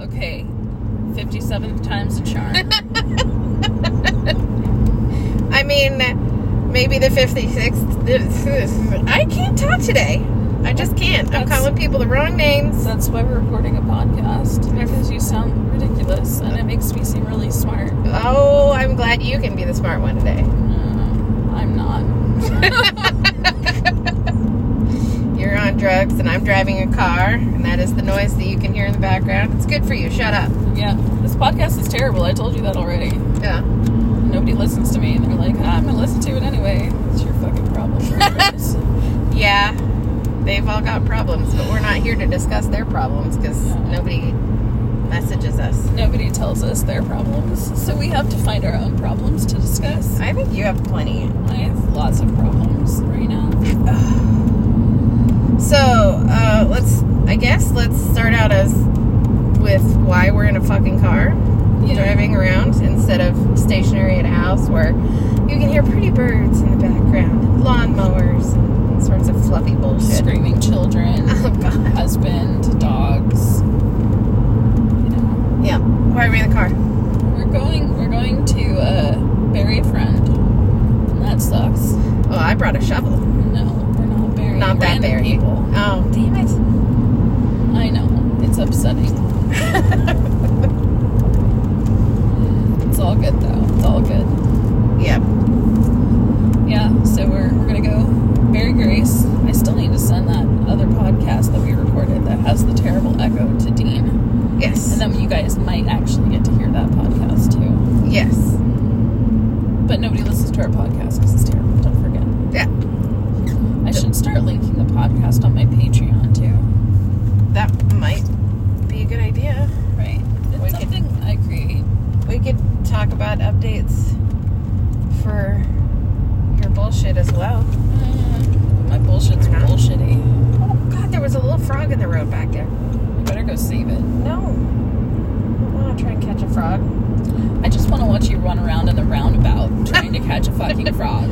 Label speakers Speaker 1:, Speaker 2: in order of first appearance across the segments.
Speaker 1: Okay. 57th time's a charm.
Speaker 2: I mean, maybe the 56th. I can't talk today. I just can't. I'm
Speaker 1: That's-
Speaker 2: calling people the wrong names.
Speaker 1: That's why we're recording a podcast because you sound ridiculous and it makes me seem really smart.
Speaker 2: Oh, I'm glad you can be the smart one today.
Speaker 1: No, I'm not.
Speaker 2: You're on drugs and I'm driving a car, and that is the noise that you can hear in the background. It's good for you. Shut up.
Speaker 1: yeah, this podcast is terrible. I told you that already.
Speaker 2: Yeah.
Speaker 1: Nobody listens to me and they're like, "Ah, I'm gonna listen to it anyway. It's your fucking problem. Chris.
Speaker 2: Yeah. They've all got problems, but we're not here to discuss their problems because
Speaker 1: No.
Speaker 2: nobody messages us.
Speaker 1: Nobody tells us their problems, so we have to find our own problems to discuss.
Speaker 2: I think you have plenty.
Speaker 1: I have lots of problems right now.
Speaker 2: So, uh, let's, I guess, let's start out as with why we're in a fucking car driving around instead of stationary at a house where you can hear pretty birds in the background, lawnmowers, and all sorts of fluffy bullshit.
Speaker 1: screaming children,
Speaker 2: Oh, God.
Speaker 1: husband, dogs. You know.
Speaker 2: Yeah. Why are we in the car?
Speaker 1: We're going. We're going to uh, bury a friend. And that sucks.
Speaker 2: Oh, I brought a shovel.
Speaker 1: No, we're not burying.
Speaker 2: Not that
Speaker 1: random
Speaker 2: bury.
Speaker 1: people.
Speaker 2: Oh, damn it.
Speaker 1: I know. It's upsetting. It's all good though. It's all good.
Speaker 2: yep.
Speaker 1: Yeah. So we're we're gonna go bury Grace. I still need to send that other podcast that we recorded that has the terrible echo to Dean,
Speaker 2: Yes.
Speaker 1: and then you guys might actually get to hear that podcast too.
Speaker 2: Yes.
Speaker 1: But nobody listens to our podcast because it's terrible. Don't forget.
Speaker 2: Yeah.
Speaker 1: I should start linking the podcast on my Patreon too.
Speaker 2: That might be a good idea.
Speaker 1: Right. It's
Speaker 2: We could-
Speaker 1: something I create.
Speaker 2: We could talk about updates for your bullshit as well.
Speaker 1: Mm, my bullshit's
Speaker 2: Or not.
Speaker 1: bullshitty.
Speaker 2: Oh god, there was a little frog in the road back there.
Speaker 1: I better go save it.
Speaker 2: No. I want to try and catch a frog.
Speaker 1: I just want to watch you run around in the roundabout trying to catch a fucking frog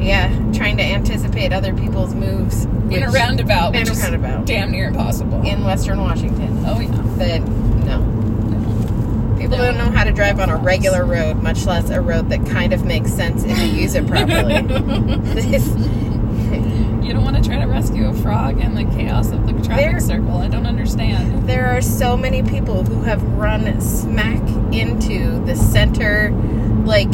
Speaker 2: Yeah, trying to anticipate other people's moves
Speaker 1: in a
Speaker 2: which-
Speaker 1: roundabout,
Speaker 2: in
Speaker 1: which
Speaker 2: a
Speaker 1: is
Speaker 2: roundabout
Speaker 1: damn near impossible.
Speaker 2: in Western Washington.
Speaker 1: oh yeah.
Speaker 2: But no.
Speaker 1: No.
Speaker 2: People
Speaker 1: No.
Speaker 2: don't know how to drive on a regular road, much less a road that kind of makes sense if you use it properly. This-
Speaker 1: you don't want to try to rescue a frog in the chaos of the traffic
Speaker 2: There-
Speaker 1: circle. I don't understand.
Speaker 2: There are so many people who have run smack into the center, like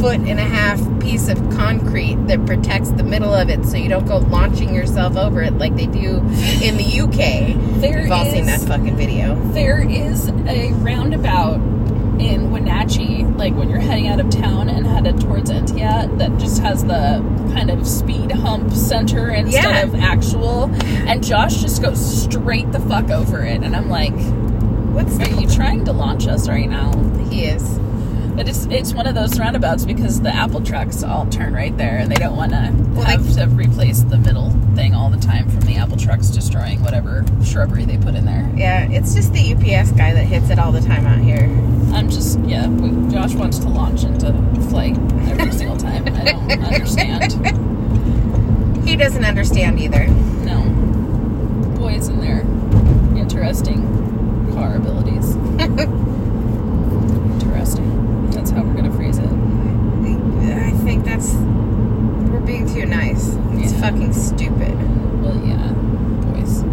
Speaker 2: foot and a half piece of concrete that protects the middle of it so you don't go launching yourself over it like they do in the UK.
Speaker 1: There
Speaker 2: We've all seen
Speaker 1: is-
Speaker 2: that fucking video.
Speaker 1: There is a roundabout in Wenatchee, like when you're heading out of town and headed towards Entiat, that just has the kind of speed hump center instead
Speaker 2: Yeah.
Speaker 1: of actual. And Josh just goes straight the fuck over it. And I'm like,
Speaker 2: What's
Speaker 1: are you trying to launch us right now?
Speaker 2: he is?
Speaker 1: But it's, it's one of those roundabouts because the Apple trucks all turn right there and they don't want to
Speaker 2: Well, they-
Speaker 1: have to replace the middle thing all the time from the Apple trucks destroying whatever shrubbery they put in there.
Speaker 2: Yeah, it's just the UPS guy that hits it all the time out here.
Speaker 1: I'm just yeah. We, Josh wants to launch into flight every single time. I don't understand.
Speaker 2: He doesn't understand either.
Speaker 1: No, boys and their interesting car abilities. interesting. That's how we're gonna phrase it.
Speaker 2: I think that's we're being too nice. It's
Speaker 1: Yeah.
Speaker 2: fucking stupid.
Speaker 1: Well, yeah, boys.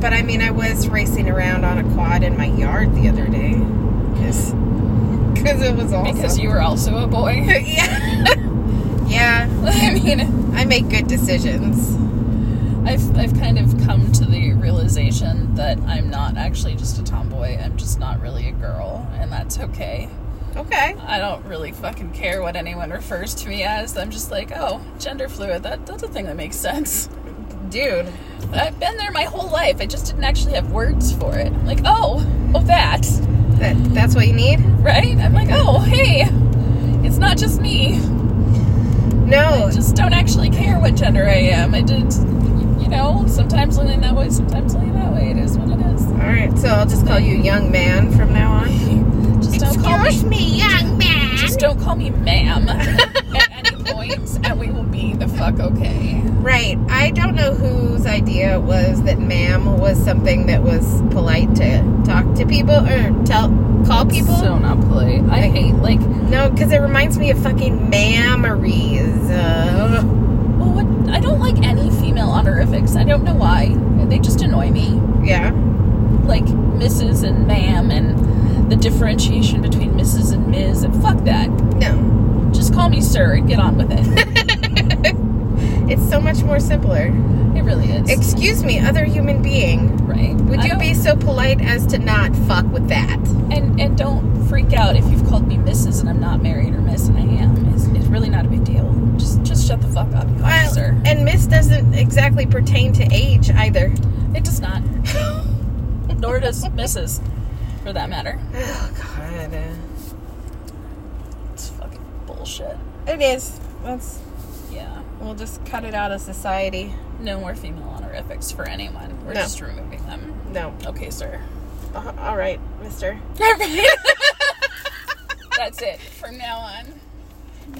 Speaker 2: But I mean, I was racing around on a quad in my yard the other day because it was awesome.
Speaker 1: Because you were also a boy.
Speaker 2: yeah, yeah.
Speaker 1: I mean,
Speaker 2: I make good decisions.
Speaker 1: I've I've kind of come to the realization that I'm not actually just a tomboy. I'm just not really a girl, and that's okay.
Speaker 2: Okay.
Speaker 1: I don't really fucking care what anyone refers to me as. I'm just like, oh, gender fluid. That that's a thing that makes sense.
Speaker 2: Dude,
Speaker 1: I've been there my whole life. I just didn't actually have words for it. I'm like, oh, oh that,
Speaker 2: that that's what you need?
Speaker 1: right? I'm like, oh, hey, it's not just me.
Speaker 2: No.
Speaker 1: I just don't actually care what gender I am. I did, you know, sometimes I lean that way, sometimes I lean that way. It is what it is.
Speaker 2: All right. So I'll just call you young man from now on.
Speaker 1: Just don't call me.
Speaker 2: me, young man.
Speaker 1: Just don't call me ma'am at any point. flames and we will be the fuck okay.
Speaker 2: Right. I don't know whose idea it was that ma'am was something that was polite to talk to people or tell call
Speaker 1: That's
Speaker 2: people.
Speaker 1: So not polite. I
Speaker 2: Like-
Speaker 1: hate like
Speaker 2: No, because it reminds me of fucking mammaries. Uh,
Speaker 1: well what I don't like any female honorifics. I don't know why. They just annoy me.
Speaker 2: yeah.
Speaker 1: Like Mrs. and ma'am and the differentiation between Mrs. and Ms. and fuck that.
Speaker 2: No.
Speaker 1: Just call me sir and get on with it.
Speaker 2: It's so much more simpler.
Speaker 1: It really is.
Speaker 2: Excuse me, other human being.
Speaker 1: right.
Speaker 2: Would
Speaker 1: I
Speaker 2: you
Speaker 1: don't-
Speaker 2: be so polite as to not fuck with that?
Speaker 1: and and don't freak out if you've called me Mrs. and I'm not married or Miss and I am. It's, it's really not a big deal. Just just shut the fuck up, and call me
Speaker 2: Well,
Speaker 1: sir.
Speaker 2: and miss doesn't exactly pertain to age either.
Speaker 1: It does not. Nor does Mrs. For that matter.
Speaker 2: Oh god.
Speaker 1: It's fucking bullshit.
Speaker 2: It is. Let's
Speaker 1: Yeah.
Speaker 2: we'll just cut it out of society.
Speaker 1: No more female honorifics for anyone. We're
Speaker 2: No.
Speaker 1: just removing them.
Speaker 2: No.
Speaker 1: Okay, sir.
Speaker 2: Uh, all right, mister.
Speaker 1: That's it. From now on,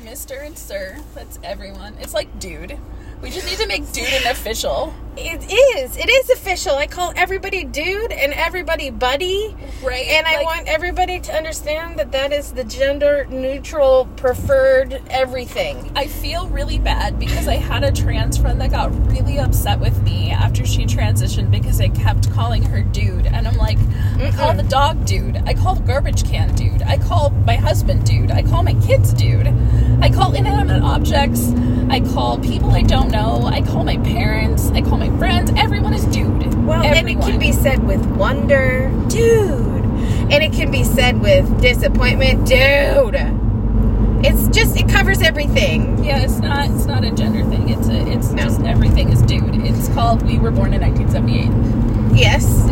Speaker 1: Mr. and Sir. That's everyone. It's like dude. We just need to make dude an official.
Speaker 2: It is. It is official. I call everybody dude and everybody buddy.
Speaker 1: Right.
Speaker 2: And I
Speaker 1: Like,
Speaker 2: want everybody to understand that that is the gender neutral preferred everything.
Speaker 1: I feel really bad because I had a trans friend that got really upset with me after she transitioned because I kept calling her dude. And I'm like, I call the dog dude. I call the garbage can dude. I call my husband dude. I call my kids dude. I call inanimate objects. I call people I don't know. I call my parents. I call my friends. Everyone is dude.
Speaker 2: Well,
Speaker 1: Everyone.
Speaker 2: and it can be said with wonder, dude. And it can be said with disappointment, dude. It's just it covers everything.
Speaker 1: Yeah, it's not. It's not a gender thing. It's a. It's
Speaker 2: No.
Speaker 1: just everything is dude. It's called. We were born in 1978.
Speaker 2: Yes.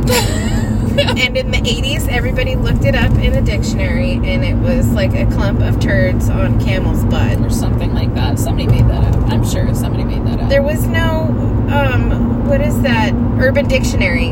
Speaker 2: and in the 80s, everybody looked it up in a dictionary and it was like a clump of turds on camel's butt.
Speaker 1: or something like that. Somebody made that up. I'm sure somebody made that up.
Speaker 2: There was no, um, what is that? Urban Dictionary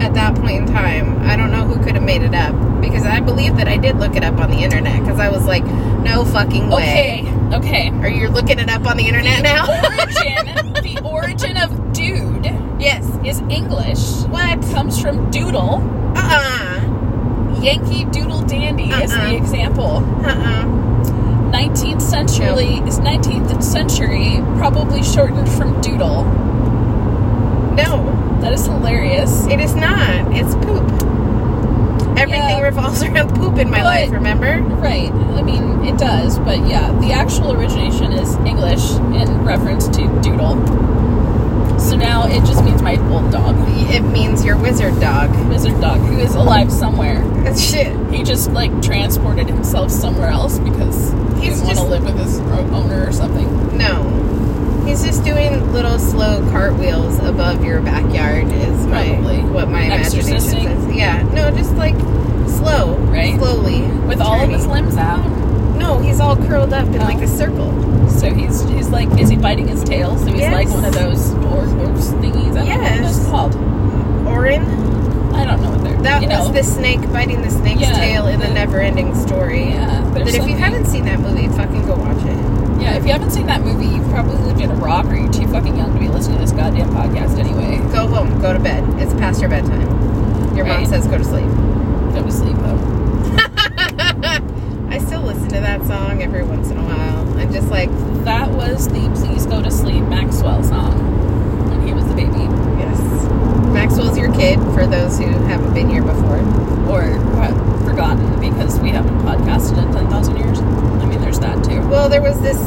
Speaker 2: at that point in time. I don't know who could have made it up because I believe that I did look it up on the internet because I was like, no fucking way.
Speaker 1: okay, okay.
Speaker 2: Are you looking it up on the internet now?
Speaker 1: Origin, the origin of dude
Speaker 2: yes.
Speaker 1: is English.
Speaker 2: What?
Speaker 1: Comes from doodle.
Speaker 2: Uh uh-uh.
Speaker 1: Yankee Doodle Dandy is
Speaker 2: Uh-uh.
Speaker 1: the example.
Speaker 2: uh. Uh
Speaker 1: 19th century is 19th century, probably shortened from doodle.
Speaker 2: No,
Speaker 1: That is hilarious.
Speaker 2: it is not. It's poop. Everything
Speaker 1: Yeah.
Speaker 2: revolves around poop in my
Speaker 1: But-
Speaker 2: life, remember?
Speaker 1: Right. I mean, it does, but yeah, the actual origination is English in reference to doodle. So now it just means my old dog.
Speaker 2: It means your wizard dog.
Speaker 1: Wizard Dog, who is alive somewhere.
Speaker 2: That's shit.
Speaker 1: He just like transported himself somewhere else because he
Speaker 2: He's
Speaker 1: didn't want to
Speaker 2: just-
Speaker 1: live with his o- owner or something.
Speaker 2: No. He's just doing little slow cartwheels above your backyard is my
Speaker 1: Probably.
Speaker 2: what my imagination
Speaker 1: Exorcising?
Speaker 2: says. Yeah. No, just like slow.
Speaker 1: Right.
Speaker 2: Slowly.
Speaker 1: With all of his
Speaker 2: turning.
Speaker 1: limbs out.
Speaker 2: No, he's all curled up in
Speaker 1: Oh.
Speaker 2: like a circle.
Speaker 1: So he's he's like, is he biting his tail? So he's like
Speaker 2: Yes.
Speaker 1: one of those or horse thingies. I don't
Speaker 2: Yes.
Speaker 1: know what those called.
Speaker 2: Orin?
Speaker 1: I don't know what they're
Speaker 2: That
Speaker 1: you
Speaker 2: was
Speaker 1: know.
Speaker 2: the snake biting the snake's
Speaker 1: Yeah,
Speaker 2: tail in the,
Speaker 1: the-
Speaker 2: never ending story.
Speaker 1: yeah,
Speaker 2: But
Speaker 1: there's
Speaker 2: if you
Speaker 1: something-
Speaker 2: haven't seen that movie, fucking go watch it.
Speaker 1: yeah, if you haven't seen that movie, you've probably lived in a rock or you're too fucking young to be listening to this goddamn podcast anyway.
Speaker 2: Go home, go to bed. It's past your bedtime. Your mom
Speaker 1: Right.
Speaker 2: says go to sleep.
Speaker 1: Go to sleep though.
Speaker 2: I still listen to that song every once in a while. I'm just like,
Speaker 1: That was the Please Go to Sleep Maxwell song when he was the baby.
Speaker 2: Yes. Maxwell's your kid for those who haven't been here before.
Speaker 1: or what, forgotten because we haven't podcasted in 10,000 years. I mean, there's that too.
Speaker 2: Well, there was this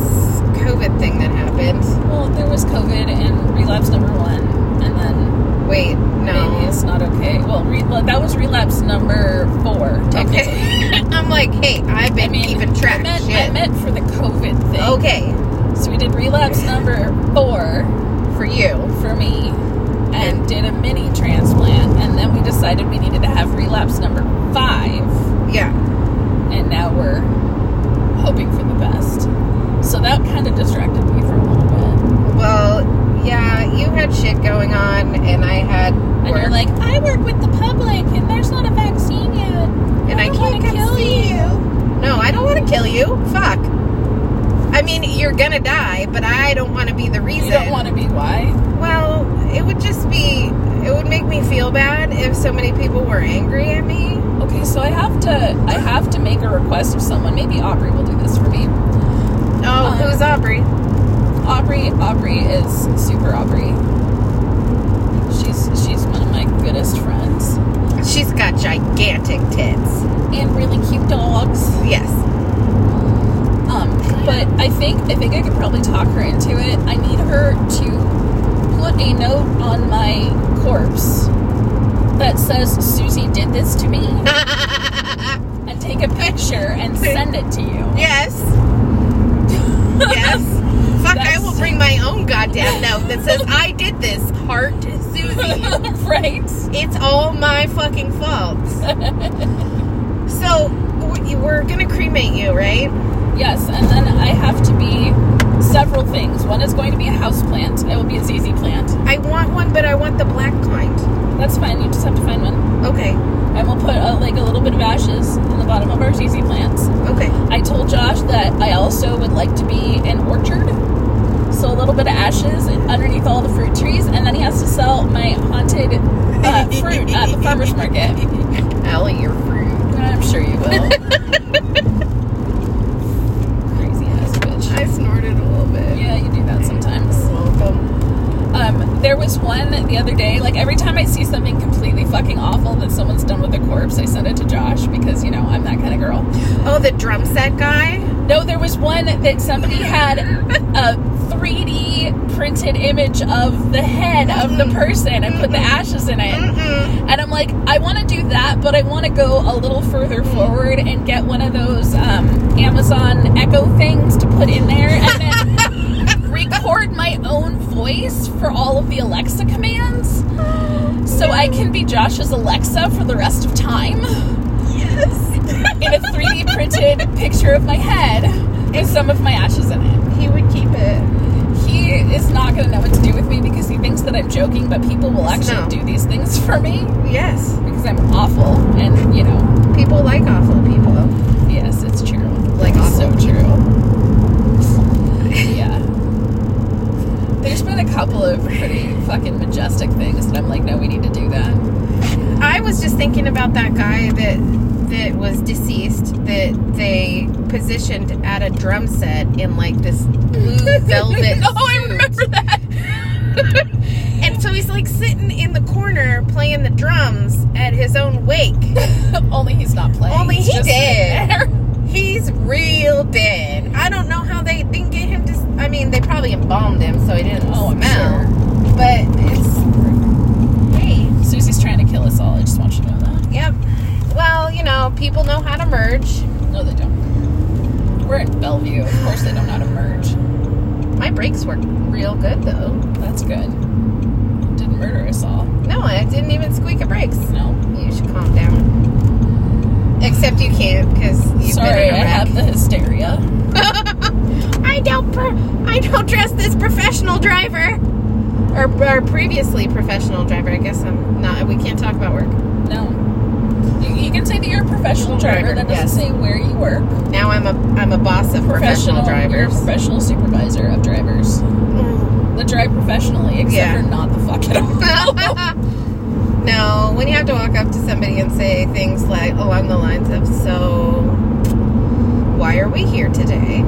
Speaker 2: COVID thing that happened.
Speaker 1: Well, there was COVID and relapse number one, and then
Speaker 2: Wait,
Speaker 1: maybe
Speaker 2: no.
Speaker 1: it's not okay. Well, re- well, that was relapse number four, technically.
Speaker 2: Okay. I'm like, hey, I've been
Speaker 1: I mean,
Speaker 2: keeping track.
Speaker 1: I meant,
Speaker 2: Shit.
Speaker 1: I meant for the COVID thing.
Speaker 2: okay,
Speaker 1: So we did relapse number four
Speaker 2: for you.
Speaker 1: for me and did a mini transplant, and then we decided we needed to have relapse number five.
Speaker 2: Yeah.
Speaker 1: and now we're hoping for the best. So that kind of distracted me for a little bit.
Speaker 2: Well, yeah, you had shit going on, and I had
Speaker 1: And
Speaker 2: work,
Speaker 1: you're like, I work with the public, and there's not a vaccine yet.
Speaker 2: and I
Speaker 1: don't
Speaker 2: can't
Speaker 1: wanna
Speaker 2: come
Speaker 1: kill
Speaker 2: see you. No, I don't want to kill you. Fuck. I mean, you're gonna die, but I don't want to be the reason.
Speaker 1: You don't want to be why?
Speaker 2: Well, it would just be. It would make me feel bad if so many people were angry at me.
Speaker 1: Okay, so I have to I have to make a request of someone. Maybe Aubrey will do this for me.
Speaker 2: Oh,
Speaker 1: Um,
Speaker 2: who's Aubrey?
Speaker 1: Aubrey Aubrey is super Aubrey. She's she's one of my goodest friends
Speaker 2: She's got gigantic tits.
Speaker 1: and really cute dogs.
Speaker 2: Yes.
Speaker 1: Um, but I think I think I could probably talk her into it. I need her to put a note on my corpse that says Susie did this to me and take a picture and send it to you.
Speaker 2: yes. Yes. Fuck, I
Speaker 1: That's-
Speaker 2: will bring my own goddamn note that says I did this. Heart Susie.
Speaker 1: right.
Speaker 2: It's all my fucking fault. so we- we're gonna cremate you, right?
Speaker 1: Yes, and then I have to be several things. One is going to be a house plant. It will be a ZZ plant.
Speaker 2: I want one, but I want the black kind.
Speaker 1: That's fine. You just have to find one.
Speaker 2: Okay.
Speaker 1: And we'll put a, like a little bit of ashes in the bottom of our ZZ plants.
Speaker 2: Okay.
Speaker 1: I told Josh that I also would like to be an orchard. So a little bit of ashes underneath all the fruit trees, and then he has to sell my haunted uh, fruit at the farmer's market.
Speaker 2: Allie, you're rude.
Speaker 1: I'm sure you will. Crazy ass bitch.
Speaker 2: I snorted a little bit.
Speaker 1: Yeah, you do that sometimes.
Speaker 2: Welcome.
Speaker 1: Um, there was one the other day. Like every time I see something completely fucking awful that someone's done with a corpse, I send it to Josh because you know I'm that kind of girl.
Speaker 2: Oh, the drum set guy.
Speaker 1: No, there was one that somebody had a 3D printed image of the head of the person and put the ashes in it.
Speaker 2: Mm-mm.
Speaker 1: And I'm like, I want to do that, but I want to go a little further forward and get one of those um, Amazon Echo things to put in there and then record my own voice for all of the Alexa commands so I can be Josh's Alexa for the rest of time
Speaker 2: Yes.
Speaker 1: in a 3D printed picture of my head with some of my ashes in it.
Speaker 2: He would keep it.
Speaker 1: He is not going to know what to do with me because he thinks that I'm joking, but people will actually
Speaker 2: No.
Speaker 1: do these things for me
Speaker 2: Yes.
Speaker 1: because I'm awful and, you know.
Speaker 2: People like awful people.
Speaker 1: Yes, it's true.
Speaker 2: Like
Speaker 1: so
Speaker 2: awful
Speaker 1: true. yeah. There's been a couple of pretty fucking majestic things that I'm like, no, we need to do that.
Speaker 2: I was just thinking about that guy that that was deceased that they positioned at a drum set in like this blue velvet.
Speaker 1: oh, I remember that.
Speaker 2: And so he's like sitting in the corner playing the drums at his own wake.
Speaker 1: Only he's not playing.
Speaker 2: Only
Speaker 1: He's
Speaker 2: he
Speaker 1: just sitting
Speaker 2: did.
Speaker 1: there.
Speaker 2: He's real dead. I don't know how they didn't get him to. I mean, they probably embalmed him so he didn't
Speaker 1: Oh, I'm
Speaker 2: smell. But it's hey,
Speaker 1: Susie's trying to kill us all. I just want you to know that.
Speaker 2: yep. Well, you know, people know how to merge.
Speaker 1: No, they don't. We're in Bellevue. Of course, they don't know how to merge.
Speaker 2: My brakes work real good though.
Speaker 1: That's good. Didn't murder us all.
Speaker 2: No, I didn't even squeak a brakes.
Speaker 1: No.
Speaker 2: You should calm down. Except you can't because you've
Speaker 1: Sorry,
Speaker 2: been in a
Speaker 1: I
Speaker 2: wreck.
Speaker 1: have the hysteria.
Speaker 2: I don't. Pro- I don't trust this professional driver, or, or previously professional driver. I guess I'm not. We can't talk about work.
Speaker 1: No. You, you can say that you're a professional driver.
Speaker 2: Driver,
Speaker 1: That doesn't
Speaker 2: yes.
Speaker 1: say where you work.
Speaker 2: Now I'm a. I'm a boss of professional,
Speaker 1: You're a
Speaker 2: drivers.
Speaker 1: professional supervisor of drivers that drive professionally, except
Speaker 2: Yeah.
Speaker 1: for not the fuck at all.
Speaker 2: no, when you have to walk up to somebody and say things like along the lines of, "So, why are we here today?"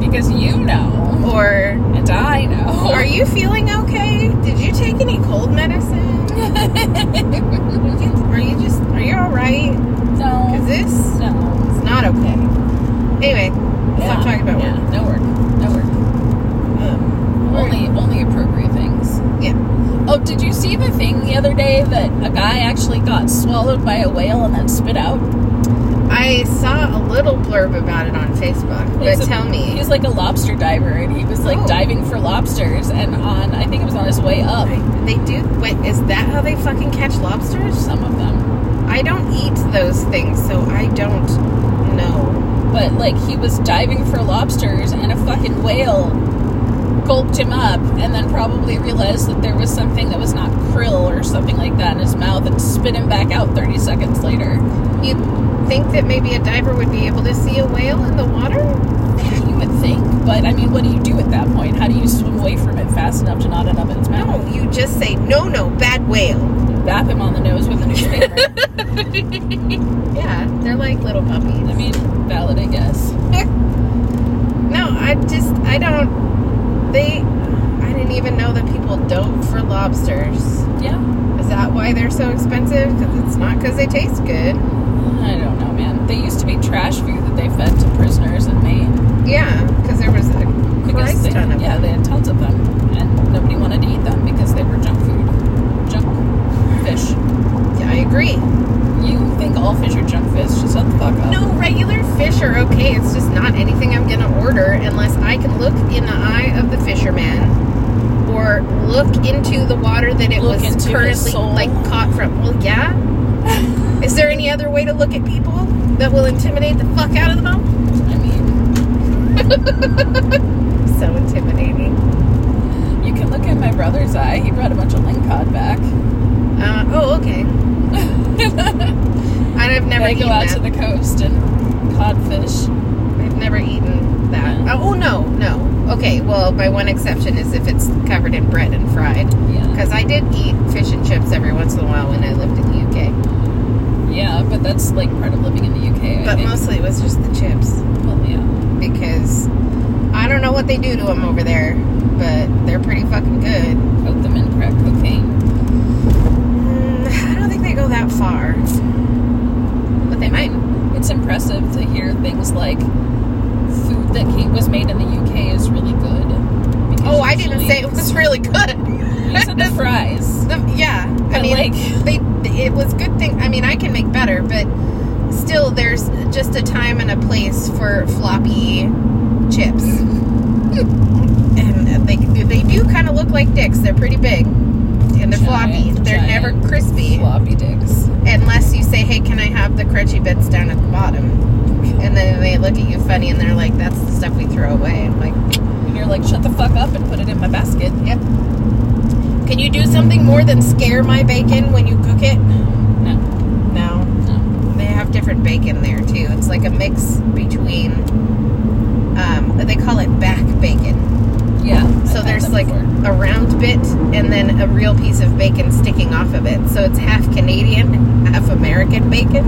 Speaker 1: because you know,
Speaker 2: or
Speaker 1: and I know.
Speaker 2: Are you feeling okay? Did you take any cold medicine? Are you just are you all right? Cause
Speaker 1: no.
Speaker 2: this is
Speaker 1: No.
Speaker 2: not okay. Anyway, let's
Speaker 1: Yeah.
Speaker 2: stop talking about
Speaker 1: yeah.
Speaker 2: work.
Speaker 1: No work. No work.
Speaker 2: Um,
Speaker 1: Only only appropriate things.
Speaker 2: yeah.
Speaker 1: Oh, did you see the thing the other day that a guy actually got swallowed by a whale and then spit out?
Speaker 2: I saw a little blurb about it on Facebook, but
Speaker 1: He's a-
Speaker 2: tell me.
Speaker 1: He's like a lobster diver, and he was like
Speaker 2: Oh.
Speaker 1: diving for lobsters, and on I think it was on his way up.
Speaker 2: They do. Wait, is that how they fucking catch lobsters?
Speaker 1: Some of them,
Speaker 2: I don't eat those things, so I don't know.
Speaker 1: but like he was diving for lobsters, and a fucking whale gulped him up, and then probably realized that there was something that was not krill or something like that in his mouth, and spit him back out thirty seconds later.
Speaker 2: You think that maybe a diver would be able to see a whale in the water?
Speaker 1: would think, but I mean, what do you do at that point? How do you swim away from it fast enough to not end up in its mouth?
Speaker 2: No, you just say, no, no, bad whale.
Speaker 1: Bap him on the nose with a newspaper.
Speaker 2: Yeah, they're like little
Speaker 1: I
Speaker 2: puppies.
Speaker 1: mean, valid, I guess.
Speaker 2: No, I just, I don't, they, I didn't even know that people don't for lobsters.
Speaker 1: Yeah,
Speaker 2: Is that why they're so expensive? Because it's not because they taste good.
Speaker 1: I don't know, man. They used to be trash food that they fed to prisoners in Maine.
Speaker 2: Yeah, because there was a
Speaker 1: because
Speaker 2: Christ
Speaker 1: they,
Speaker 2: ton of
Speaker 1: yeah, they had tons of them, and nobody wanted to eat them because they were junk food, junk fish.
Speaker 2: I agree.
Speaker 1: You think all fish are junk fish? Just shut the fuck up.
Speaker 2: No, regular fish are okay. It's just not anything I'm going to order unless I can look in the eye of the fisherman or look into the water that it
Speaker 1: Look into
Speaker 2: was
Speaker 1: his
Speaker 2: currently
Speaker 1: soul.
Speaker 2: like caught from. Well, yeah. Is there any other way to look at people that will intimidate the fuck out of them?
Speaker 1: I mean,
Speaker 2: So intimidating.
Speaker 1: you can look in my brother's eye. He brought a bunch of lingcod back.
Speaker 2: Uh, oh, okay. And I've never
Speaker 1: I go
Speaker 2: eaten
Speaker 1: out
Speaker 2: that.
Speaker 1: to the coast and codfish.
Speaker 2: I've never eaten that.
Speaker 1: Yeah.
Speaker 2: Oh, oh, no, no. Okay, well, my one exception is if it's covered in bread and fried.
Speaker 1: Yeah,
Speaker 2: Because I did eat fish and chips every once in a while when I lived in the UK.
Speaker 1: yeah, but that's like part of living in the UK. I
Speaker 2: But
Speaker 1: think.
Speaker 2: mostly it was just the chips.
Speaker 1: Well, yeah,
Speaker 2: Because I don't know what they do to them over there, but they're pretty fucking good.
Speaker 1: coat them in crack cocaine.
Speaker 2: Mm, I don't think they go that far. But they might.
Speaker 1: It's impressive to hear things like food that came, was made in the UK is really good. Because
Speaker 2: Oh, I didn't
Speaker 1: usually-
Speaker 2: say it was really good.
Speaker 1: You said the fries.
Speaker 2: The- yeah. I
Speaker 1: But,
Speaker 2: mean,
Speaker 1: like,
Speaker 2: they it was good thing i mean i can make better but still there's just a time and a place for floppy chips and they, they do kind of look like dicks they're pretty big and they're floppy
Speaker 1: Giant,
Speaker 2: they're never
Speaker 1: giant
Speaker 2: crispy
Speaker 1: floppy dicks.
Speaker 2: unless you say hey can i have the crunchy bits down at the bottom and then they look at you funny and they're like that's the stuff we throw away i'm like
Speaker 1: And you're like, shut the fuck up and put it in my basket.
Speaker 2: yep can you do something more than scare my bacon when you cook it
Speaker 1: No,
Speaker 2: no
Speaker 1: no.
Speaker 2: They have different bacon there too. It's like a mix between. Um, they call it back bacon.
Speaker 1: Yeah. I've
Speaker 2: So
Speaker 1: had
Speaker 2: there's
Speaker 1: them
Speaker 2: like
Speaker 1: before.
Speaker 2: a round bit and then a real piece of bacon sticking off of it. So it's half Canadian, half American bacon.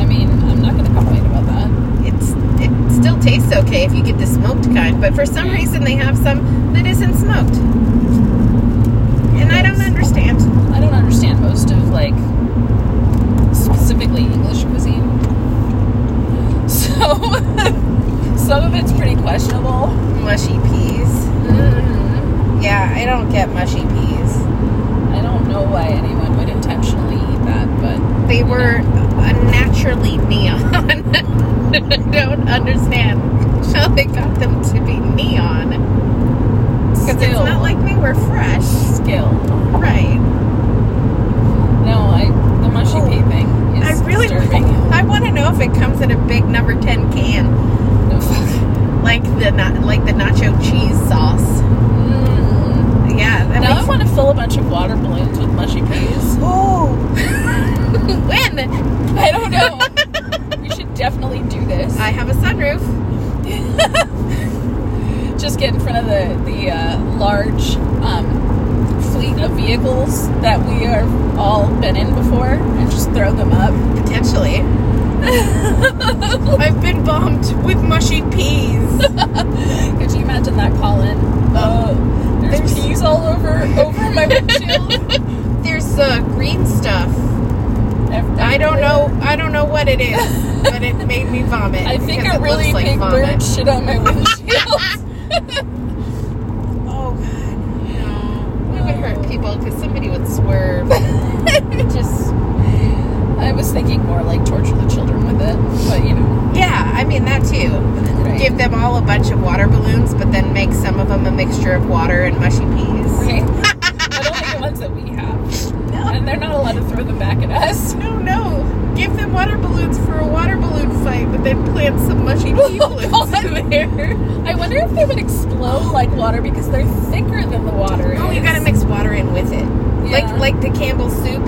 Speaker 1: I mean, I'm not gonna complain about that.
Speaker 2: It's it still tastes okay if you get the smoked kind, but for some reason they have some that isn't smoked, and I don't understand.
Speaker 1: I don't understand most of like specifically English cuisine. So some of it's pretty questionable.
Speaker 2: Mushy peas. Mm-hmm. Yeah, I don't get mushy peas.
Speaker 1: I don't know why anyone would intentionally eat that, but
Speaker 2: They were unnaturally neon. I don't understand how they got them to be neon. Because it's
Speaker 1: still
Speaker 2: not like they were fresh.
Speaker 1: skill.
Speaker 2: Right.
Speaker 1: No, I the mushy
Speaker 2: Oh,
Speaker 1: pea thing
Speaker 2: I
Speaker 1: is
Speaker 2: really
Speaker 1: disturbing.
Speaker 2: I want to know if it comes in a big number 10 can.
Speaker 1: No fuck.
Speaker 2: Like the na- like the nacho cheese sauce.
Speaker 1: Mm.
Speaker 2: Yeah, that
Speaker 1: Now I
Speaker 2: makes
Speaker 1: want to fill a bunch of water balloons with mushy peas.
Speaker 2: Oh. when?
Speaker 1: I don't know. we should definitely do this.
Speaker 2: I have a sunroof.
Speaker 1: Just get in front of the the uh, large um, fleet of vehicles that we are all been in before, and just throw them up.
Speaker 2: Potentially. I've been bombed with mushy peas.
Speaker 1: Could you imagine that, Colin? Oh, there's,
Speaker 2: There's-
Speaker 1: peas all over over my windshield.
Speaker 2: There's uh, green stuff.
Speaker 1: Ev-
Speaker 2: I
Speaker 1: everywhere.
Speaker 2: don't know. I don't know what it is, but it made me vomit.
Speaker 1: I think
Speaker 2: because
Speaker 1: a
Speaker 2: it
Speaker 1: really
Speaker 2: looks like
Speaker 1: big
Speaker 2: vomit.
Speaker 1: bird shit on my windshield.
Speaker 2: Oh god, no! We would hurt people because somebody would swerve. Just
Speaker 1: I was thinking more like torture the children with it, but you know.
Speaker 2: yeah, I mean that too.
Speaker 1: Right.
Speaker 2: Give them all a bunch of water balloons, but then make some of them a mixture of water and mushy peas.
Speaker 1: Okay. I don't like the ones that we have. And they're not allowed to throw them back at us.
Speaker 2: No, no. Give them water balloons for a water balloon fight, but then plant some mushy pea
Speaker 1: All
Speaker 2: balloons.
Speaker 1: in there. I wonder if they would explode like water because they're thicker than the water.
Speaker 2: Oh, you
Speaker 1: is.
Speaker 2: gotta mix water in with it.
Speaker 1: Yeah.
Speaker 2: Like like the Campbell soup.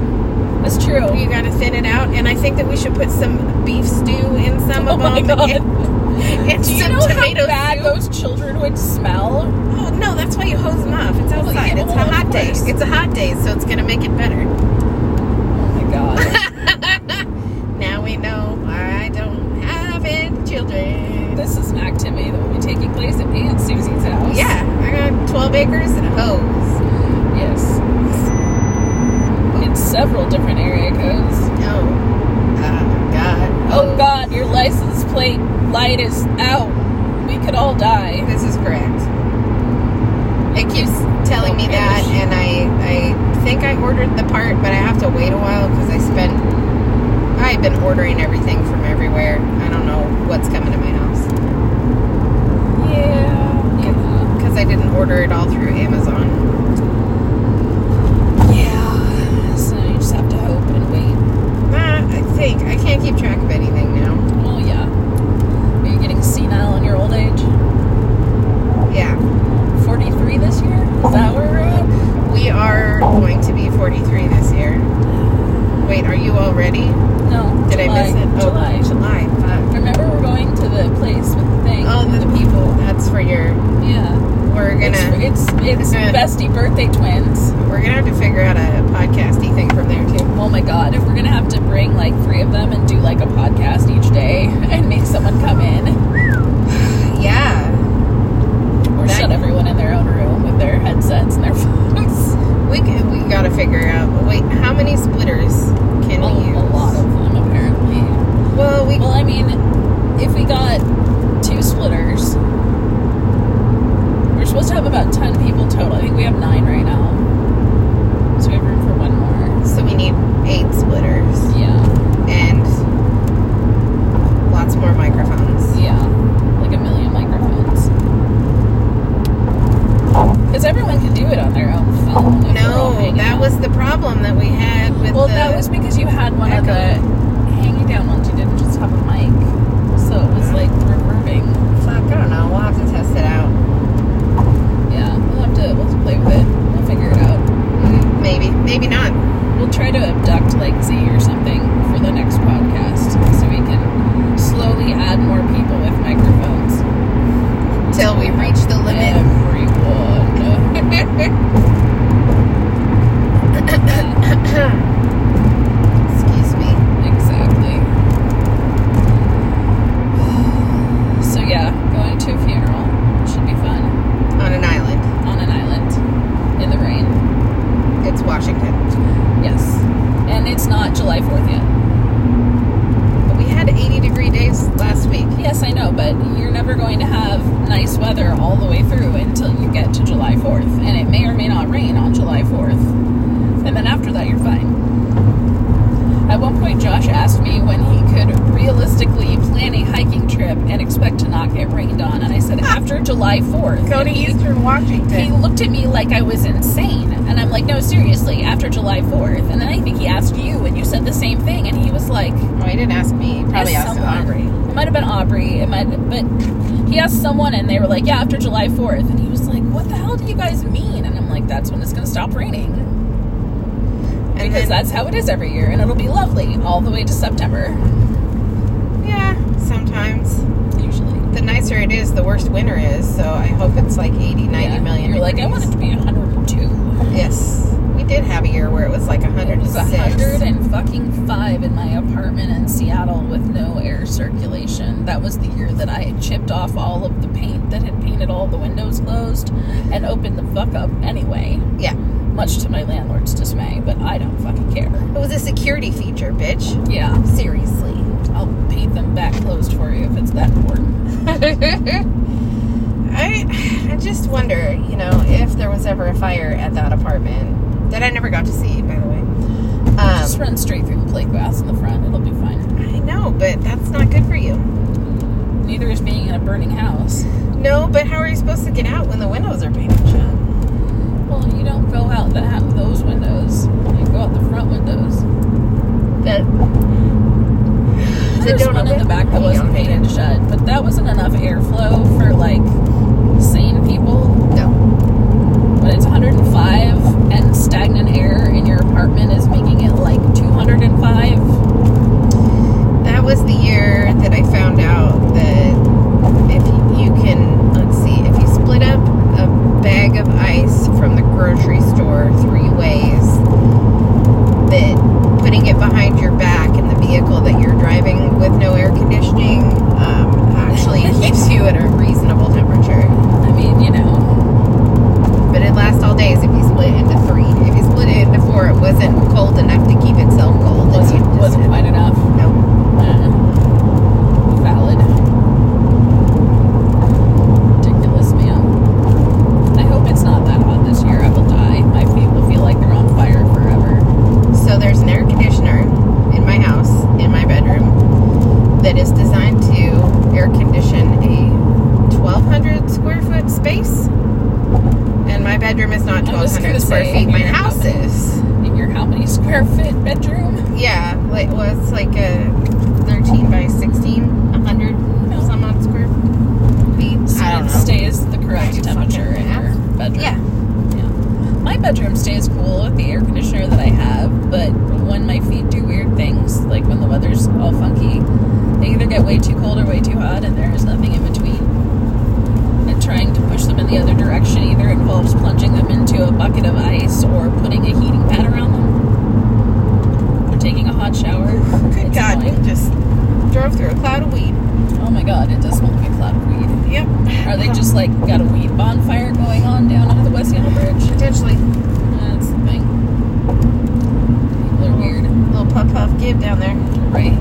Speaker 1: That's true.
Speaker 2: You gotta thin it out, and I think that we should put some beef stew in some
Speaker 1: Oh
Speaker 2: of
Speaker 1: my
Speaker 2: them.
Speaker 1: god.
Speaker 2: And, It's
Speaker 1: Do you
Speaker 2: some
Speaker 1: know
Speaker 2: tomato
Speaker 1: how bad
Speaker 2: soup.
Speaker 1: those children would smell?
Speaker 2: Oh no, that's why you hose them off. It's
Speaker 1: Well,
Speaker 2: outside.
Speaker 1: yeah,
Speaker 2: it's
Speaker 1: well,
Speaker 2: a
Speaker 1: of
Speaker 2: hot day.
Speaker 1: course.
Speaker 2: It's a hot day, so it's gonna make it better.
Speaker 1: Oh my god.
Speaker 2: now we know why I don't have any children.
Speaker 1: this is an activity that will be taking place at Aunt Susie's house.
Speaker 2: Yeah, I got 12 acres and a hose.
Speaker 1: Yes. In several different area codes.
Speaker 2: No. Oh, God.
Speaker 1: Oh god, your license plate light is out. We could all die.
Speaker 2: This is correct. It keeps telling me that,
Speaker 1: Okay.
Speaker 2: and I, I think I ordered the part, but I have to wait a while because I spent. I've been ordering everything from everywhere. I don't know what's coming to my house
Speaker 1: Yeah. Yeah.
Speaker 2: because I didn't order it all through Amazon.
Speaker 1: Yeah. So you just have to hope and wait.
Speaker 2: Nah, Ah, I think I can't keep track of anything now.
Speaker 1: Well, yeah. Are you getting senile in your old age?
Speaker 2: Yeah,
Speaker 1: 43 this year? Is that where we're at?
Speaker 2: we are going to be 43 this year. Wait, are you all ready?
Speaker 1: No.
Speaker 2: Did
Speaker 1: July.
Speaker 2: I miss it? Oh,
Speaker 1: July.
Speaker 2: July. Fuck.
Speaker 1: Remember, we're going to the place with the thing.
Speaker 2: Oh, the people. That's for your.
Speaker 1: yeah.
Speaker 2: We're gonna.
Speaker 1: It's it's, it's
Speaker 2: We're gonna-
Speaker 1: bestie birthday twins.
Speaker 2: We're gonna have to figure out a podcasty thing from there too.
Speaker 1: Oh my god, if we're gonna have to bring like three of them and do like a podcast each day and make someone come in
Speaker 2: Yeah,
Speaker 1: or
Speaker 2: That-
Speaker 1: shut everyone in their own room with their headsets and their phones.
Speaker 2: we could, we gotta figure out. Wait, how many splitters can
Speaker 1: A,
Speaker 2: we use?
Speaker 1: a lot of them apparently.
Speaker 2: Well, we
Speaker 1: Well, I mean, if we got two splitters, we're supposed to have about 10 people total. I think we have nine right now. So we have room for one more.
Speaker 2: so we need eight splitters
Speaker 1: Yeah,
Speaker 2: and lots more microphones.
Speaker 1: yeah. Like a million microphones. Because everyone can do it on their own phone. if we're all
Speaker 2: No,
Speaker 1: hanging
Speaker 2: that
Speaker 1: out.
Speaker 2: was the problem that we had with
Speaker 1: Well,
Speaker 2: the.
Speaker 1: that was because you had one of the
Speaker 2: Echo.
Speaker 1: hanging down ones. You didn't just have a mic, so it was like reverbing.
Speaker 2: Fuck, I don't know. We'll have to test it out.
Speaker 1: Yeah, we'll have to we'll have to play with it. We'll figure it out.
Speaker 2: Maybe, maybe not.
Speaker 1: We'll try to abduct like Z or something for the next podcast, so we can slowly add more people with microphones.
Speaker 2: Till we reach the limit.
Speaker 1: Everyone. Yeah,
Speaker 2: Excuse me.
Speaker 1: exactly. So yeah, going to a funeral should be fun
Speaker 2: On an island.
Speaker 1: on an island in the rain.
Speaker 2: It's Washington.
Speaker 1: Yes. And it's not July 4th yet.
Speaker 2: We had 80 degree days last week.
Speaker 1: Yes, I know, but you're never going to have nice weather all the way through until you get to July 4th. And it may or may not rain on July 4th. And then after that, you're fine. At one point, Josh asked me when he could realistically plan a hiking trip and expect to not get rained on. And I said, after July 4th.
Speaker 2: Go to
Speaker 1: And he-
Speaker 2: Eastern
Speaker 1: he
Speaker 2: Washington.
Speaker 1: looked at me like I was insane. And I'm like, no, seriously, after July 4th. And then I think he asked you, and you said the same thing. And he was like,
Speaker 2: Oh, he didn't ask me. He Probably
Speaker 1: asked
Speaker 2: asked
Speaker 1: someone.
Speaker 2: Aubrey.
Speaker 1: It might have been Aubrey. It might, but he asked someone, and they were like, "Yeah, after July 4th. And he was like, "What the hell do you guys mean?" And I'm like, "That's when it's going to stop raining
Speaker 2: And
Speaker 1: because that's how it is every year, and it'll be lovely all the way to September,
Speaker 2: yeah, sometimes.
Speaker 1: usually."
Speaker 2: The nicer it is, the worse winter is. So I hope it's like 80, 90
Speaker 1: Yeah.
Speaker 2: million
Speaker 1: You're like, I
Speaker 2: degrees.
Speaker 1: want it to be 102.
Speaker 2: Yes. We did have a year where it was like
Speaker 1: It was
Speaker 2: 106.
Speaker 1: 100 and fucking five in my apartment in Seattle with no air circulation. That was the year that I had chipped off all of the paint that had painted all the windows closed and opened the fuck up anyway.
Speaker 2: Yeah.
Speaker 1: much to my landlord's dismay, but I don't fucking care.
Speaker 2: It was a security feature, bitch.
Speaker 1: Yeah,
Speaker 2: Seriously.
Speaker 1: I'll paint them back closed for you if it's that important.
Speaker 2: I I just wonder, you know, if there was ever a fire at that apartment that I never got to see, by the way. Um,
Speaker 1: Just run straight through the plate glass in the front, it'll be fine.
Speaker 2: I know, but that's not good for you.
Speaker 1: Neither is being in a burning house.
Speaker 2: No, but how are you supposed to get out when the windows are painted shut?
Speaker 1: Well, you don't go out that have those windows. You go out the front windows.
Speaker 2: That
Speaker 1: There's one in the back that wasn't painted shut, but that wasn't enough airflow for like sane people.
Speaker 2: No,
Speaker 1: But it's 105, and stagnant air in your apartment is making it like 205.
Speaker 2: that was the year that I found out that putting it behind your back in the vehicle that you're driving with no air conditioning um, actually keeps you at a reasonable temperature.
Speaker 1: I mean, you know,
Speaker 2: But it lasts all days if you split it into three. If you split it into four, it wasn't cold enough to keep itself cold. and
Speaker 1: wasn't
Speaker 2: you just-
Speaker 1: wasn't quite enough.
Speaker 2: No.
Speaker 1: Uh, valid. Ridiculous, man. I hope it's not that hot this year. I will die. My feet will feel like they're on fire forever.
Speaker 2: So there's an air conditioner in my house, in my bedroom, that is designed to air condition a 1,200 square foot space. And my bedroom is not
Speaker 1: I was gonna
Speaker 2: 1,200 square
Speaker 1: say,
Speaker 2: feet. My
Speaker 1: you're
Speaker 2: house
Speaker 1: probably-
Speaker 2: is.
Speaker 1: In your how many square foot bedroom?
Speaker 2: Yeah, like well, it's like a 13 by 16, 100 some odd square feet.
Speaker 1: So
Speaker 2: I don't
Speaker 1: it
Speaker 2: know.
Speaker 1: stays the correct
Speaker 2: do
Speaker 1: temperature
Speaker 2: fucking
Speaker 1: in your bedroom.
Speaker 2: Yeah.
Speaker 1: Yeah. My bedroom stays cool with the air conditioner that I have, but when my feet do weird things, like when the weather's all funky, they either get way too cold or way too hot, and there is nothing in between. And trying to push them in the other direction either involves plunging them into a bucket of ice or putting a heating pad around them or taking a hot shower.
Speaker 2: Good
Speaker 1: It's
Speaker 2: God,
Speaker 1: annoying.
Speaker 2: you just drove through a cloud of weed.
Speaker 1: Oh my god, it does smell like a cloud of weed.
Speaker 2: Yep.
Speaker 1: Are they just like got a weed bonfire going on down under the West Yale Bridge?
Speaker 2: potentially
Speaker 1: That's the thing. People are weird.
Speaker 2: little puff puff give down there?
Speaker 1: Right.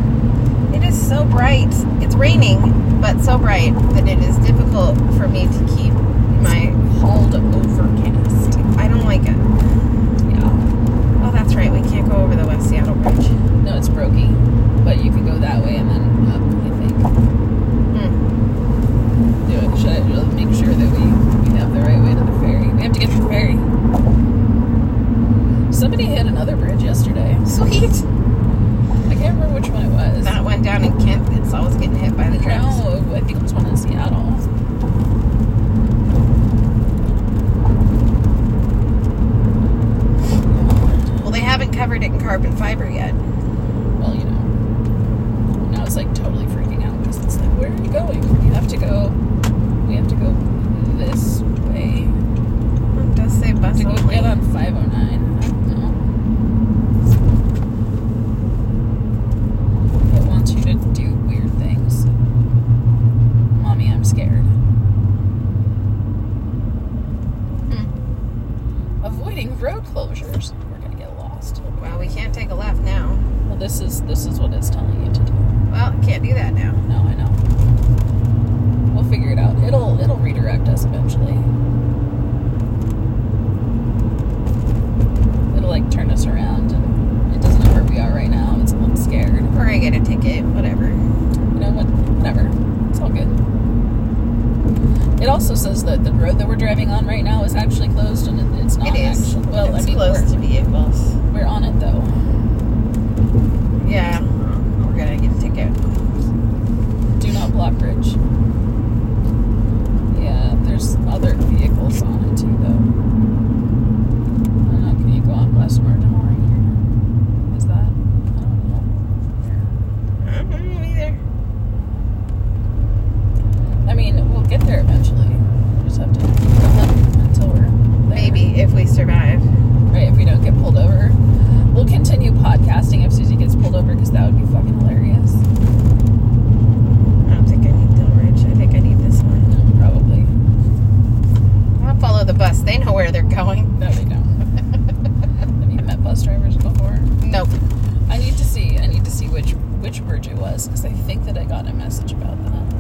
Speaker 2: It is so bright. It's raining, but so bright that it is difficult for me to keep my.
Speaker 1: Called overcast.
Speaker 2: I don't like it.
Speaker 1: Yeah.
Speaker 2: Oh, that's right. We can't go over the West Seattle Bridge.
Speaker 1: No, it's brokey. But you can go that way and then up, I think.
Speaker 2: Hmm.
Speaker 1: Do it. Should I should I make sure that we, we have the right way to the ferry? We have to get to the ferry. Somebody hit another bridge yesterday.
Speaker 2: Sweet.
Speaker 1: I can't remember which one it was.
Speaker 2: That one down in Kent that's always getting hit by the trucks.
Speaker 1: No, I think it was one in Seattle.
Speaker 2: Well, they haven't covered it in carbon fiber yet.
Speaker 1: well, you know. And I was like totally freaking out because it's like, where are you going? You have to go. We have to go this way
Speaker 2: It does say bus
Speaker 1: to go
Speaker 2: only.
Speaker 1: get on 509. I don't know. It wants you to do weird things. Mommy, I'm scared. Avoiding road closures. We're gonna get lost.
Speaker 2: Well, we can't take a left now.
Speaker 1: Well, this is this is what it's telling you to do.
Speaker 2: Well, can't do that now.
Speaker 1: No, I know. We'll figure it out. It'll it'll redirect us eventually. It'll like turn us around and it doesn't know where we are right now. It's a little scared.
Speaker 2: Or I get a ticket, whatever.
Speaker 1: You know what? Whatever. It's all good. It also says that the road that we're driving on right now is actually closed and it- it's not
Speaker 2: It is.
Speaker 1: actually well,
Speaker 2: it's
Speaker 1: I mean
Speaker 2: close to vehicles.
Speaker 1: We're, we're on it though.
Speaker 2: Yeah. We're gonna get a ticket.
Speaker 1: Do not block bridge. Yeah, there's other vehicles on it too, though. I don't know, can you go on West Martin Road here? Is that? I don't
Speaker 2: I don't know Mm-hmm, either.
Speaker 1: know. I mean, we'll get there eventually. We just have to go up until we're there.
Speaker 2: Maybe if we survive.
Speaker 1: Right, if we don't get pulled over. We'll continue podcasting if Susie gets pulled over because that would be fucking hilarious.
Speaker 2: I don't think I need Dill Ridge. I think I need this one.
Speaker 1: Probably.
Speaker 2: I'll follow the bus. They know where they're going.
Speaker 1: No, they don't. Have you met bus drivers before?
Speaker 2: Nope.
Speaker 1: I need to see. I need to see which which bridge it was because I think that I got a message about that,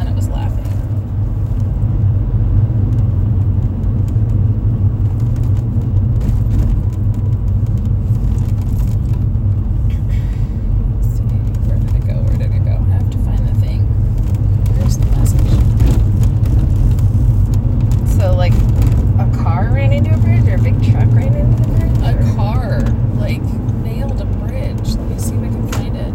Speaker 1: and I was laughing. Let's see, where did it go? Where did it go? I have to find the thing. Where's the message?
Speaker 2: So like, a car ran into a bridge, or a big truck ran into the bridge.
Speaker 1: A
Speaker 2: or-
Speaker 1: car like nailed a bridge. Let me see if I can find it.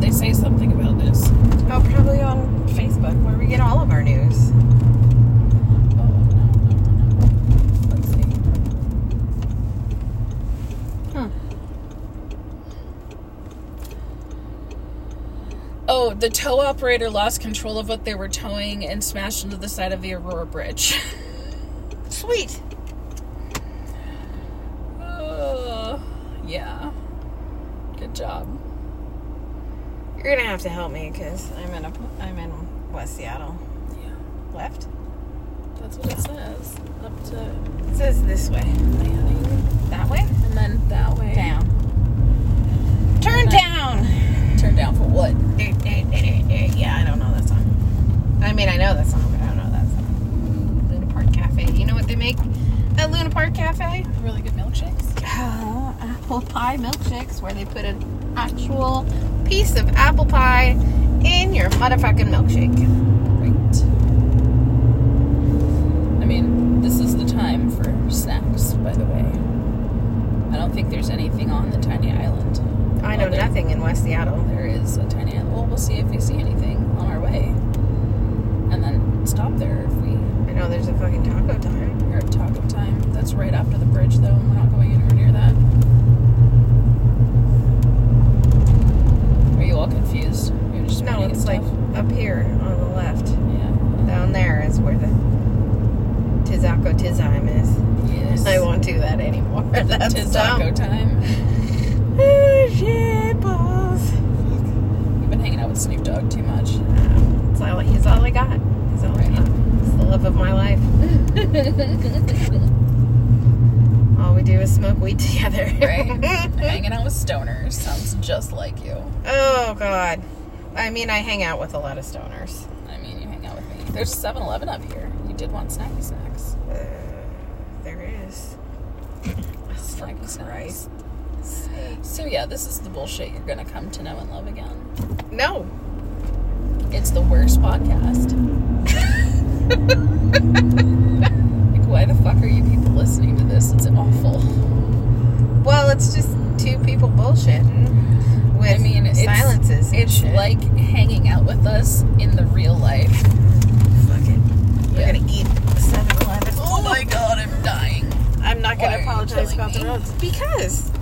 Speaker 1: they say something about this?
Speaker 2: Oh, probably on Facebook where we get all of our news.
Speaker 1: Oh, no, no, no, no. Let's see.
Speaker 2: Hmm.
Speaker 1: Oh, the tow operator lost control of what they were towing and smashed into the side of the Aurora Bridge.
Speaker 2: Sweet.
Speaker 1: Uh, yeah. Good job.
Speaker 2: You're gonna have to help me because I'm in a I'm in West Seattle.
Speaker 1: Yeah.
Speaker 2: Left.
Speaker 1: That's what it says. Up to
Speaker 2: It says this way.
Speaker 1: Manning.
Speaker 2: That way.
Speaker 1: And then that way.
Speaker 2: Down. Turn down.
Speaker 1: Turn down for what?
Speaker 2: eh, Yeah, I don't know that song. I mean, I know that song, but I don't know that song. Luna Park Cafe. You know what they make at Luna Park Cafe?
Speaker 1: Really good milkshakes?
Speaker 2: Oh, apple pie milkshakes where they put an actual piece of apple pie in your motherfucking milkshake.
Speaker 1: Right. I mean, this is the time for snacks, by the way. I don't think there's anything on the tiny island.
Speaker 2: I know
Speaker 1: Well, there-
Speaker 2: nothing in West Seattle.
Speaker 1: There is a tiny island. Well, we'll see if we see anything on our way. And then stop there if we
Speaker 2: I know there's a fucking taco time.
Speaker 1: are at taco time. That's right after the bridge, though, and we're not going anywhere near that. Are you all confused? You're just
Speaker 2: No,
Speaker 1: pointing at
Speaker 2: it's like
Speaker 1: stuff?
Speaker 2: up here on the left.
Speaker 1: Yeah.
Speaker 2: Down there is where the Tizaco Tizime is.
Speaker 1: Yes.
Speaker 2: I won't do that anymore. That's
Speaker 1: Tis
Speaker 2: dumb.
Speaker 1: taco time.
Speaker 2: Oh, shit, balls.
Speaker 1: We've been hanging out with Snoop Dogg too much.
Speaker 2: That's all, he's all I got. He's all I
Speaker 1: Right.
Speaker 2: got. He's the love of my life. All we do is smoke weed together.
Speaker 1: hanging out with stoners sounds just like you.
Speaker 2: oh, God. I mean, I hang out with a lot of stoners.
Speaker 1: I mean, you hang out with me. There's 7 Eleven up here. You did want snacky snacks.
Speaker 2: Uh, there is.
Speaker 1: Snacky snacks.
Speaker 2: Christ.
Speaker 1: So, yeah, this is the bullshit you're gonna come to know and love again.
Speaker 2: No.
Speaker 1: It's the worst podcast. like, why the fuck are you people listening to this? It's awful.
Speaker 2: Well, it's just two people bullshitting with
Speaker 1: I mean, it's-
Speaker 2: silences. and
Speaker 1: It's
Speaker 2: shit.
Speaker 1: like hanging out with us in the real life.
Speaker 2: Fuck it.
Speaker 1: Yeah.
Speaker 2: We're gonna eat 7 Eleven.
Speaker 1: Oh god, I'm dying.
Speaker 3: I'm not
Speaker 1: Why
Speaker 3: going
Speaker 1: are
Speaker 3: to
Speaker 1: you
Speaker 3: apologize
Speaker 1: telling
Speaker 3: about
Speaker 1: me?
Speaker 3: the roads.
Speaker 2: Because.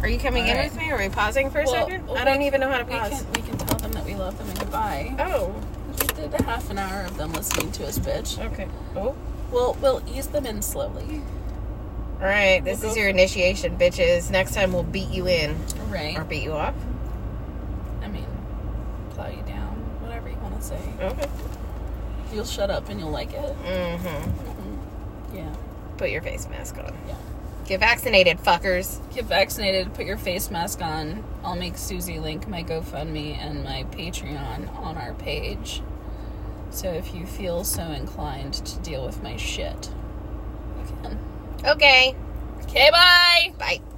Speaker 2: Are you coming
Speaker 1: All
Speaker 2: in
Speaker 1: right.
Speaker 2: with me? Are we pausing for a second? I don't even know how to pause.
Speaker 1: We can, we can tell them that we love them and goodbye.
Speaker 2: Oh,
Speaker 1: We did a half an hour of them listening to us, bitch.
Speaker 2: okay. Oh.
Speaker 1: We'll, we'll ease them in slowly.
Speaker 2: All right, this
Speaker 1: We'll
Speaker 2: is
Speaker 1: go
Speaker 2: your initiation, bitches. Next time we'll beat you in
Speaker 1: Right?
Speaker 2: or beat you up.
Speaker 1: I mean, plow you down. Whatever you want to say.
Speaker 2: Okay.
Speaker 1: You'll shut up and you'll like it.
Speaker 2: Mm-hmm.
Speaker 1: Yeah.
Speaker 2: Put your face mask on.
Speaker 1: Yeah.
Speaker 2: Get vaccinated, fuckers.
Speaker 1: get vaccinated, put your face mask on. I'll make Susie link my GoFundMe and my Patreon on our page. So if you feel so inclined to deal with my shit, you can.
Speaker 2: Okay.
Speaker 1: Okay, bye!
Speaker 2: Bye.